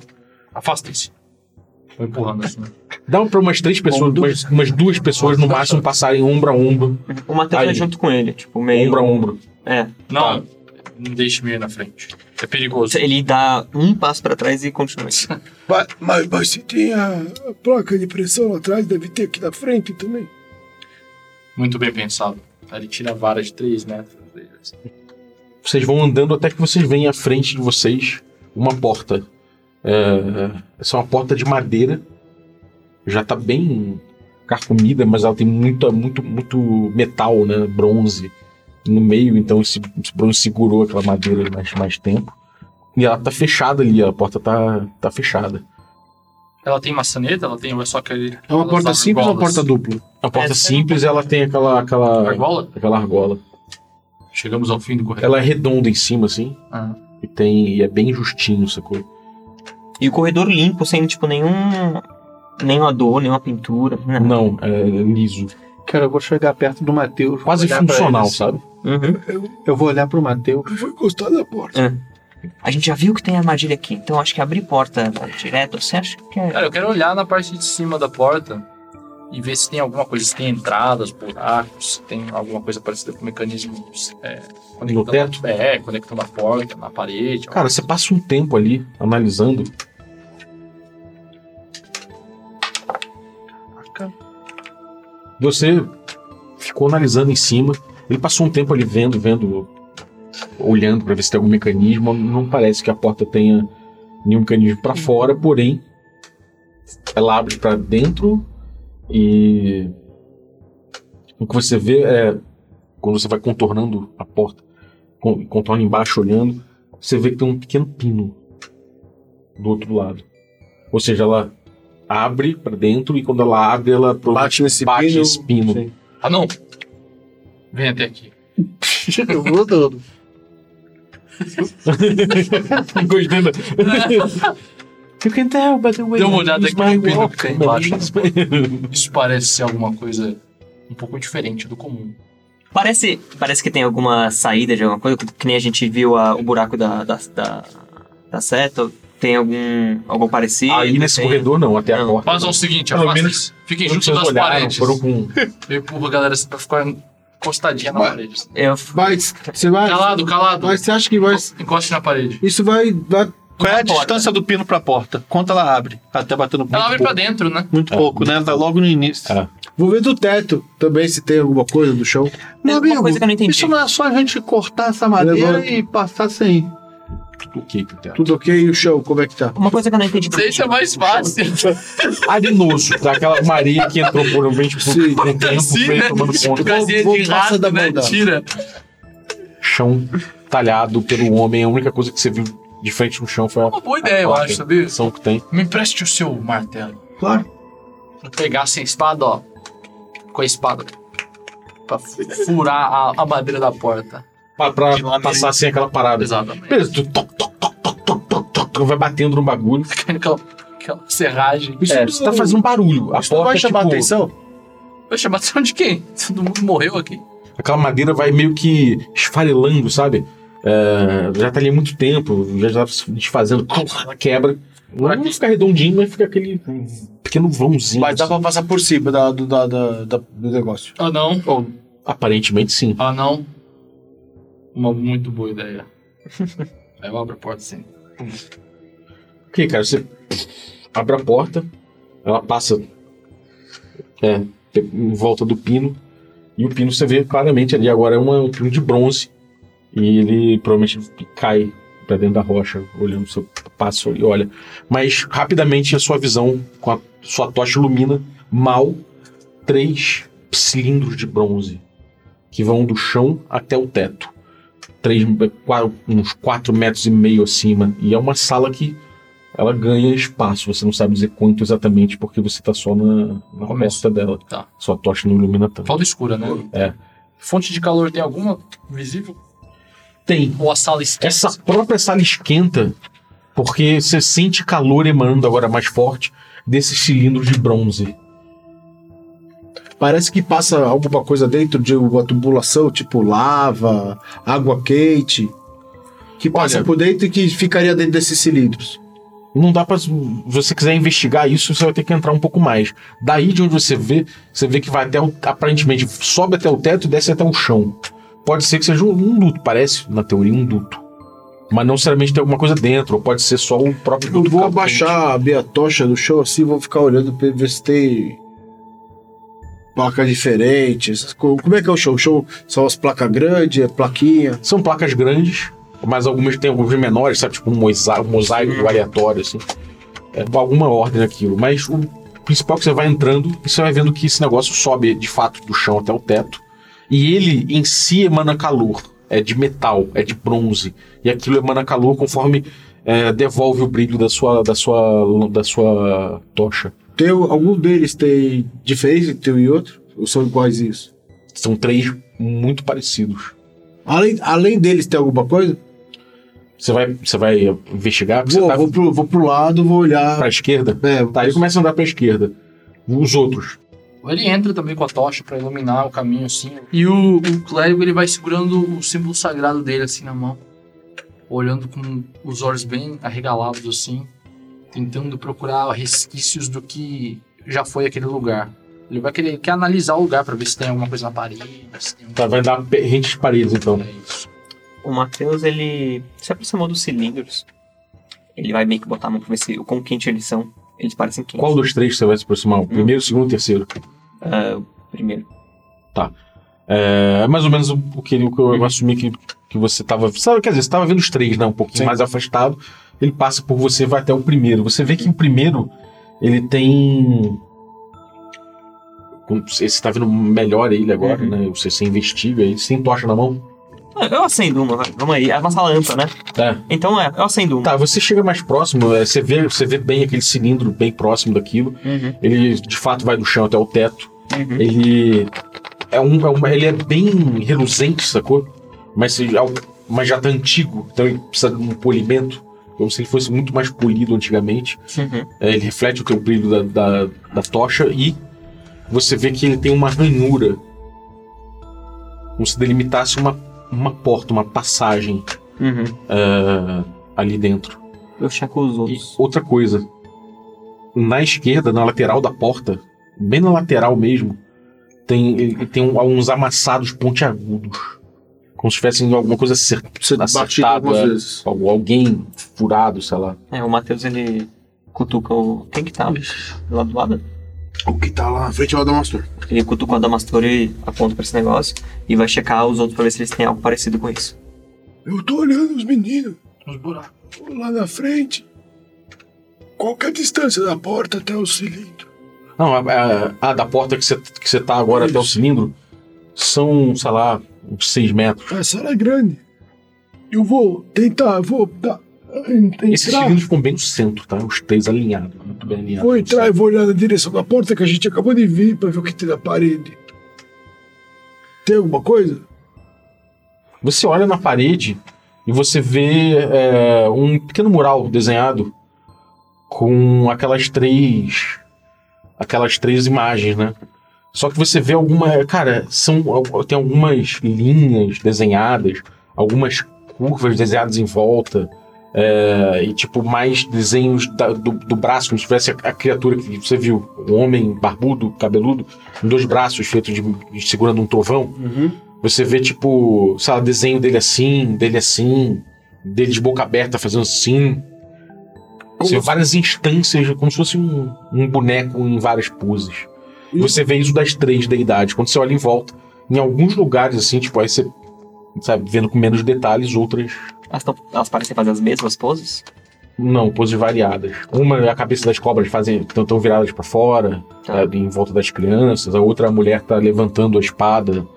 C: Afastem-se. Vou empurrando assim.
B: Dá pra umas três pessoas, umas, umas duas pessoas no máximo passarem ombro a ombro.
E: O Matheus
B: Aí.
E: é junto com ele, tipo, meio.
B: Ombro a ombro.
E: É.
C: Não, não deixe-me ir na frente. É perigoso.
E: Ele dá um passo pra trás e continua.
G: Mas, mas, mas se tem a, a placa de pressão lá atrás, deve ter aqui na frente também.
C: Muito bem pensado. Aí ele tira a vara de 3 metros.
B: Vocês vão andando até que vocês veem à frente de vocês uma porta. É, essa é uma porta de madeira. Já tá bem carcomida, mas ela tem muito, muito, muito metal, né? Bronze no meio, então esse, esse bronze segurou aquela madeira mais, mais tempo. E ela tá fechada ali, a porta tá, tá fechada.
C: Ela tem maçaneta? Ela tem ou é só aquele.
D: É uma porta simples ou uma porta dupla?
B: A É porta
E: Essa-
B: simples, ela tem aquela, aquela,
C: Argola?
B: aquela argola.
C: Chegamos ao fim do corredor.
B: Ela é redonda em cima, assim,
C: Ah.
B: e tem e é bem justinho, sacou?
E: E o corredor limpo, sem, tipo, nenhum. Nenhuma dor, nenhuma pintura. né?
B: Não, é liso.
F: Cara, eu vou chegar perto do Matheus. vou
B: Quase
F: olhar pra
B: funcional,
F: ele. assim.
B: sabe?
E: Uhum.
F: Eu vou olhar pro Matheus.
G: Eu vou encostar na porta.
E: A gente já viu que tem armadilha aqui, então acho que abrir porta direto, você acha que é.
C: Cara, eu quero olhar na parte de cima da porta e ver se tem alguma coisa, se tem entradas, buracos, se tem alguma coisa parecida com mecanismos. É,
B: No teto?
C: É, conectando a porta, na parede.
B: Cara, você passa um tempo ali analisando. Você ficou analisando em cima. Ele passou um tempo ali vendo, vendo, olhando pra ver se tem algum mecanismo. Não parece que a porta tenha nenhum mecanismo pra fora, porém ela abre pra dentro e o que você vê é quando você vai contornando a porta, con- contorna embaixo olhando, você vê que tem um pequeno pino do outro lado. Ou seja, ela abre pra dentro e quando ela abre, ela pro-
D: Bate nesse
B: bate
D: pino.
B: esse pino.
D: Sim.
C: Ah, não! Vem até aqui.
F: Eu vou dando.
B: Gostei da-
F: You can tell by the way
C: Deu uma
F: I
C: olhada
F: use
C: aqui
F: my
C: no pino que
F: walk.
C: tem embaixo. Isso parece ser alguma coisa um pouco diferente do comum.
E: Parece, parece que tem alguma saída de alguma coisa, que nem a gente viu a- o buraco da, da, da, da seta. Tem algum, algum parecido?
B: Aí nesse
E: Tem-
B: corredor não, até a
E: Não.
B: porta.
C: Façam é o seguinte,
B: Pelo
C: afastem,
B: menos
C: fiquem
B: Quando
C: juntos
B: vocês
C: das
B: olharam,
C: paredes.
B: foram com. um
C: Eu empurro a galera assim pra ficar encostadinha na
D: Vai.
C: parede. assim.
E: Eu,
D: Mas você vai.
C: Calado, calado.
D: Mas você acha que vai.
C: Encoste na parede.
D: Isso vai. vai
F: Qual é a
C: Na porta.
F: distância do pino pra porta? Quanto ela abre? Até batendo muito
C: Ela abre pra
F: pouco.
C: dentro, né?
F: Muito
B: É,
F: pouco, né? Tá logo no início.
B: É.
D: vou ver do teto também se tem alguma coisa no chão.
E: Tem uma coisa que eu não entendi.
F: Isso não é só a gente cortar essa madeira
D: Levanta.
F: e passar sem.
B: Tudo ok, pro teto.
D: Tudo ok? E o chão, como é que tá?
E: Uma coisa que eu não entendi. também.
C: Deixa mais fácil.
B: Arenoso, tá? Aquela Maria que entrou por um vento por
D: Sim.
B: um tempo,
C: Assim,
B: foi
C: né?
B: tomando conta.
C: Casinha
D: vou
C: de
D: passar
C: rato,
D: da
C: né?
D: mão dela.
C: Tira.
B: Chão talhado pelo homem, a única coisa que você viu de frente no chão foi a
C: Uma boa ideia, eu
B: Claro,
C: acho, sabia?
B: ação que tem.
C: Me empreste o seu martelo.
D: Claro.
C: Pra pegar sem espada, ó. Com a espada. Pra fu- furar a, a madeira da porta.
B: Pra, pra
E: De lá mesmo.
B: passar assim aquela parada.
C: Exatamente.
B: Beleza, tu toc, toc, toc, toc, toc, toc, toc, vai batendo no bagulho.
C: Aquela, aquela serragem.
D: Isso
B: É,
D: não-
B: você tá fazendo um barulho. A
D: isso não
B: porta,
D: vai chamar
B: tipo,
D: atenção?
C: Poxa, mas são de quem? Todo mundo morreu aqui.
B: aquela madeira vai meio que esfarelando, sabe? É, já tá ali há muito tempo, já já tá se desfazendo, ela quebra. Não fica redondinho, mas fica aquele pequeno vãozinho. assim.
D: Mas dá pra passar por cima da, do, da- da- da- do negócio.
C: Ah, não.
B: Aparentemente sim.
C: Ah, não. Uma muito boa ideia. Aí eu abro a porta assim.
B: Ok, cara, você abre a porta, ela passa é, em volta do pino, e o pino você vê claramente ali agora é uma- um pino de bronze, e ele provavelmente cai pra dentro da rocha, olhando o seu passo e olha. Mas rapidamente a sua visão, com a sua tocha ilumina mal três cilindros de bronze que vão do chão até o teto. Três, qua- uns 4 metros e meio acima. E é uma sala que ela ganha espaço. Você não sabe dizer quanto exatamente, porque você tá só na, na
C: Começo.
B: porta dela.
C: Tá.
B: Sua tocha não ilumina tanto.
C: Falta escura, né?
B: É.
C: Fonte de calor tem alguma visível?
B: Tem.
C: Ou a sala esquenta?
B: Essa própria sala esquenta, porque você sente calor emanando agora mais forte desses cilindros de bronze.
D: Parece que passa alguma coisa dentro de uma tubulação, tipo lava, água quente, que passa
B: Olha-
D: por dentro e que ficaria dentro desses cilindros.
B: Não dá pra. Se você quiser investigar isso, você vai ter que entrar um pouco mais. Daí de onde você vê, você vê que vai até o. Aparentemente, sobe até o teto e desce até o chão. Pode ser que seja um- um duto, parece, na teoria, um duto. Mas não necessariamente tem alguma coisa dentro, ou pode ser só o próprio
D: Eu
B: duto.
D: vou
B: calor
D: abaixar a minha tocha do chão assim, vou ficar olhando pra ver se tem placa diferente. essas co- Como é que é o show? O show são as placas grandes, é plaquinha.
B: São placas grandes, mas algumas tem algumas menores, sabe? Tipo um mosaico, um
D: Uhum.
B: mosaico aleatório, assim. É, alguma ordem naquilo. Mas o principal é que você vai entrando e você vai vendo que esse negócio sobe de fato do chão até o teto. E ele em si emana calor. É de metal, é de bronze. E aquilo emana calor conforme é, devolve o brilho da sua, da sua, da sua tocha.
D: Tem, algum deles tem diferença entre um e outro? Ou são iguais isso?
B: São três muito parecidos.
D: Além, além deles tem alguma coisa?
B: Você vai, você vai investigar? Porque
D: Vou,
B: você tá
D: vou, pro, vou pro lado, vou olhar.
B: pra esquerda?
D: É,
B: Tá, ele começa a andar pra esquerda. Os outros.
C: Ele entra também com a tocha pra iluminar o caminho, assim. E o, o clérigo, ele vai segurando o símbolo sagrado dele, assim, na mão. Olhando com os olhos bem arregalados, assim. Tentando procurar resquícios do que já foi aquele lugar. Ele vai querer quer analisar o lugar pra ver se tem alguma coisa na parede, se tem um...
B: Tá, vai dar pe- rente às paredes, então.
C: É isso.
E: O Matheus, ele se aproximou dos cilindros. Ele vai meio que botar a mão pra ver se, o quão quente eles são. Eles parecem quentes.
B: Qual dos três você vai se aproximar? O primeiro, o segundo, o terceiro?
E: Ah, o primeiro.
B: É mais ou menos o o que, ele- o que eu assumi que, que você tava. Sabe, quer dizer, você tava vendo os três, né? Um pouquinho mais afastado. Ele passa por você e vai até o primeiro. Você vê que o primeiro, ele tem. como Você você tá vendo melhor ele agora,
E: Uhum.
B: né? Você, você investiga ele, sem tocha na mão.
E: Ah, Eu acendo uma, vai. Vamos aí. É uma sala ampla, né?
B: É.
E: Então é, eu acendo uma.
B: Tá, você chega mais próximo, é, você vê, você vê bem aquele cilindro bem próximo daquilo.
E: Uhum.
B: Ele de fato vai do chão até o teto.
E: Uhum.
B: Ele é um, é um- ele é bem reluzente, sacou? Mas, se- é um- mas já tá antigo, então ele precisa de um polimento, como se ele fosse muito mais polido antigamente.
E: Uhum.
B: É, ele reflete o teu brilho da, da, da tocha e você vê que ele tem uma ranhura, como se delimitasse uma, uma porta, uma passagem
E: Uhum.
B: é, ali dentro.
E: eu checo os
B: E
E: outros.
B: outra coisa. Na esquerda, na lateral da porta, bem na lateral mesmo, tem, ele tem um- uns amassados pontiagudos. Como se tivessem alguma coisa acer-
D: Você batido
B: acertado.
D: algumas
B: é.
D: vezes.
B: Algu- Alguém furado, sei lá.
E: É, o Matheus ele cutuca o. Quem que tá lá do lado?
D: O que tá lá na frente é o Adamastor.
E: Ele cutuca o Adamastor e aponta pra esse negócio e vai checar os outros pra ver se eles têm algo parecido com isso.
G: Eu tô olhando os meninos
C: Uns buracos.
G: lá na frente. Qual que é a distância da porta até o cilindro?
B: Não, a, a- a da porta que você que você tá agora até o cilindro são, sei lá, uns 6 metros.
G: A sala é grande. Eu vou tentar, vou dar, en-
B: Esses
G: entrar.
B: cilindros ficam bem no centro, tá? Os três alinhados, muito bem alinhados.
G: Vou entrar e vou olhar na direção da porta que a gente acabou de vir pra ver o que tem na parede. Tem alguma coisa?
B: Você olha na parede e você vê é, um pequeno mural desenhado com aquelas três. aquelas três imagens, né? Só que você vê alguma. Cara, são, tem algumas linhas desenhadas, algumas curvas desenhadas em volta. é, e tipo, mais desenhos da- do, do braço, como se tivesse a, a criatura que você viu, um homem barbudo, cabeludo, com dois braços feitos de, de- segurando um trovão.
D: Uhum.
B: Você vê, tipo, sei lá, desenho dele assim, dele assim, dele de boca aberta fazendo assim. Você vê várias instâncias, como se fosse um, um boneco em várias poses. E Você vê isso das três deidades. Quando você olha em volta, em alguns lugares, assim, tipo, aí você, sabe, vendo com menos detalhes, outras
E: Elas, tão- elas parecem fazer as mesmas poses?
B: não, poses variadas. Uma, é a cabeça das cobras fazem, estão viradas pra fora,
E: Tá.
B: sabe, tá em volta das crianças. A outra, a mulher tá levantando a espada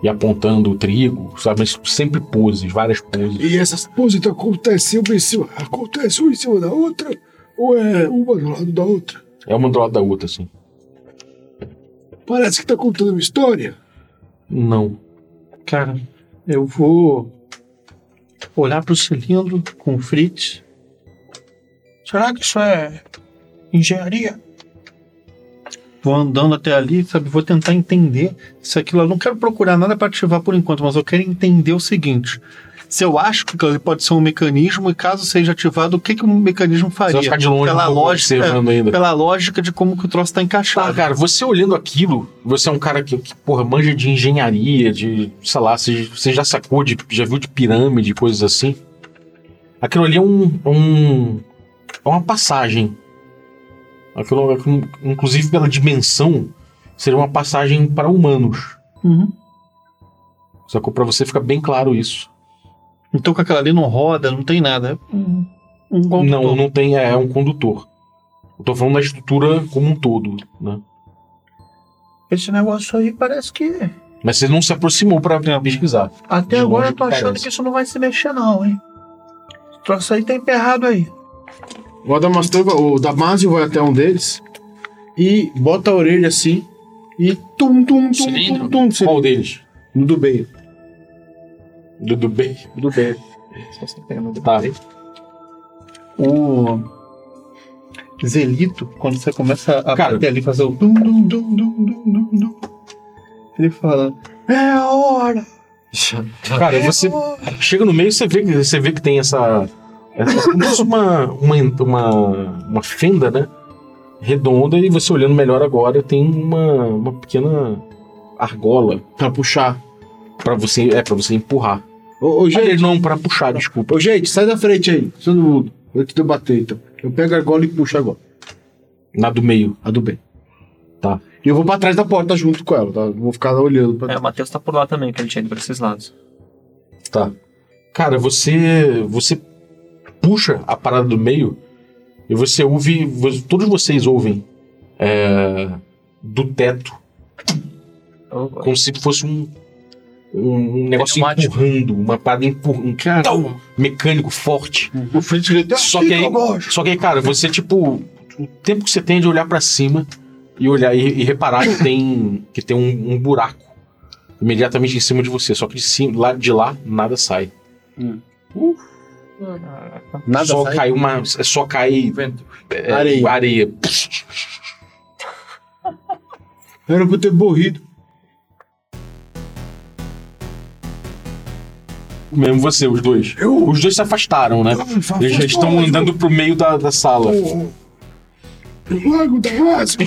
B: e apontando o trigo, sabe? Mas sempre poses, várias poses.
G: E essas poses acontecem uma em cima, acontece uma em cima da outra? Ou é uma do lado da outra?
B: É uma do lado da outra, assim.
G: Parece que tá contando uma história.
B: Não.
F: Cara, eu vou olhar pro cilindro com o Fritz.
H: Será que isso é engenharia?
F: Vou andando até ali, sabe? Vou tentar entender se aquilo. Eu não quero procurar nada para ativar por enquanto, mas eu quero entender o seguinte. Se eu acho que ele pode ser um mecanismo e caso seja ativado, o que, que o mecanismo
B: Você
F: faria?
B: vai ficar de longe
F: pela
B: um pouco
F: lógica,
B: observando ainda.
F: pela lógica de como que o troço está
B: Tá,
F: encaixado.
B: cara, você olhando aquilo, você é um cara que, que, porra, manja de engenharia, de, sei lá, você, você já sacou, de, já viu de pirâmide, coisas assim. Aquilo ali é um. um é uma passagem. Aquilo, aquilo, inclusive pela dimensão, seria uma passagem para humanos.
F: Uhum.
B: Sacou? Pra você fica bem claro isso.
F: Então com aquela ali não roda, não tem nada. É Um, um golpe
B: Não,
F: todo.
B: não tem. É, é um condutor. Eu tô falando da estrutura como um todo, né?
H: Esse negócio aí parece que.
B: Mas você não se aproximou pra
F: Não.
B: pesquisar.
H: Até
B: De
H: agora
B: longe
H: eu tô achando
B: parece.
H: que isso não vai se mexer, não, hein? Esse troço aí tá emperrado aí.
D: O Adamastor, vai- o Damasio vai até um deles e bota a orelha assim e tum, tum, tum,
C: Cilindro?
D: tum, tum, cilindro.
B: Qual deles?
D: No do meio.
B: Do, do bem.
D: Do meio.
E: Se você pegar no
B: Tá.
F: O Zelito, quando você começa a
B: Cara.
F: bater ali, fazer o dum, dum, dum, dum, dum, dum, dum, ele fala,
H: É a hora!
F: é
B: Cara, você chega no meio e você vê, que- você vê que tem essa. essa como se fosse uma, uma, uma, uma fenda, né? Redonda, e você olhando melhor agora, tem uma, uma pequena argola
D: Pra puxar.
B: pra você. É, pra você empurrar.
D: Ô, ô, gente,
B: Aliás, não, pra puxar, desculpa.
D: ô, gente, sai da frente aí. Todo mundo. Eu te dou bater, então. Eu pego a argola e puxo agora.
B: Na do meio.
D: A do bem.
B: Tá.
D: E eu vou pra trás da porta junto com ela, tá? Eu Vou ficar olhando pra
E: É, o Matheus tá por lá também, que ele tinha ido pra esses lados.
B: Tá. Cara, você. Você puxa a parada do meio e você ouve. vo- Todos vocês ouvem. é, do teto
E: Oh, boy.
B: como se fosse um, um negócio
C: Pneumático.
B: empurrando, uma parada empurrando, um
D: Cara.
B: tão mecânico forte.
D: O Fritz grita.
B: Só que, aí, só que aí, cara, você, tipo, o tempo que você tem de olhar pra cima e olhar e, e reparar que tem, que tem um, um buraco imediatamente em cima de você, só que de, cima, lá, de lá nada sai.
D: Hum.
B: Uh.
D: Nada
B: só
D: sai.
B: cai uma. é Só cai
C: Vento.
B: é,
D: Areia.
B: areia.
D: Era pra eu ter morrido.
B: Mesmo você, os dois.
D: Eu-
B: Os dois se afastaram, né? Eles já estão andando pro meio da, da sala.
D: O lago da Márcio,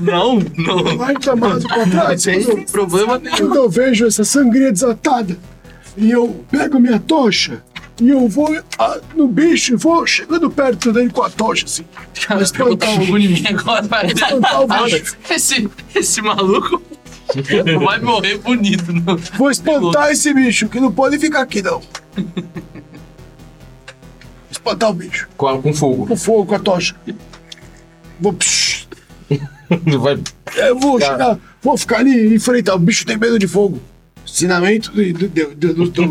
I: Não, não.
D: o lago da Márcio pra trás. Quando
I: Problema
C: é
I: nenhum.
D: eu- quando eu vejo essa sangria desatada e eu pego minha tocha e eu vou ah, no bicho e vou chegando perto dele com a tocha assim.
C: Cara,
D: Mas
C: pegou
D: tá-
C: fogo em mim agora.
D: espantar o bicho.
C: Esse, esse maluco vai morrer bonito. Não.
D: Vou espantar esse bicho que não pode ficar aqui não. Espantar o bicho
B: Com, a- com fogo.
D: com fogo, com a tocha. Vou psh,
B: Vai
D: Eu vou chegar, vou ficar ali e enfrentar. O bicho tem medo de fogo. Ensinamento de, de, de, de, do- do-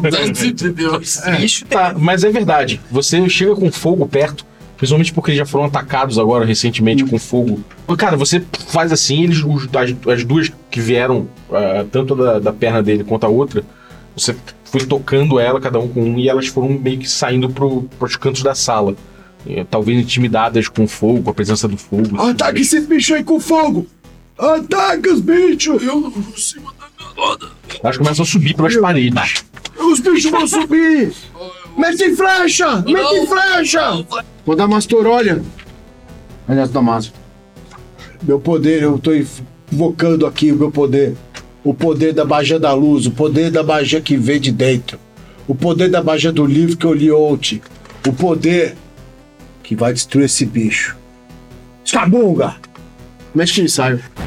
C: de Deus.
I: Bicho,
B: Tá, mas é verdade. Você chega com fogo perto, principalmente porque eles já foram atacados agora recentemente com fogo. Mas, Cara, você faz assim, eles, os- as, as duas que vieram, ah, tanto da, da perna dele quanto a outra, você foi tocando ela, cada um com um, e elas foram meio que saindo pro, pros cantos da sala. Eh, Talvez intimidadas com o fogo, com a presença do fogo. assim.
D: Ataque esse bicho aí com fogo! Ataque os bichos! Eu não vou se matar.
B: Elas começam a subir pelas paredes.
D: Os bichos vão subir! Mete em flecha! Mete em flecha!
J: Quando a Mastor olha. Aliás, Damasio.
D: Meu poder, eu tô invocando aqui o meu poder. O poder da magia da luz, o poder da magia que vem de dentro. O poder da magia do livro que eu li ontem. O poder que vai destruir esse bicho. Escabunga!
J: Mexe no ensaio.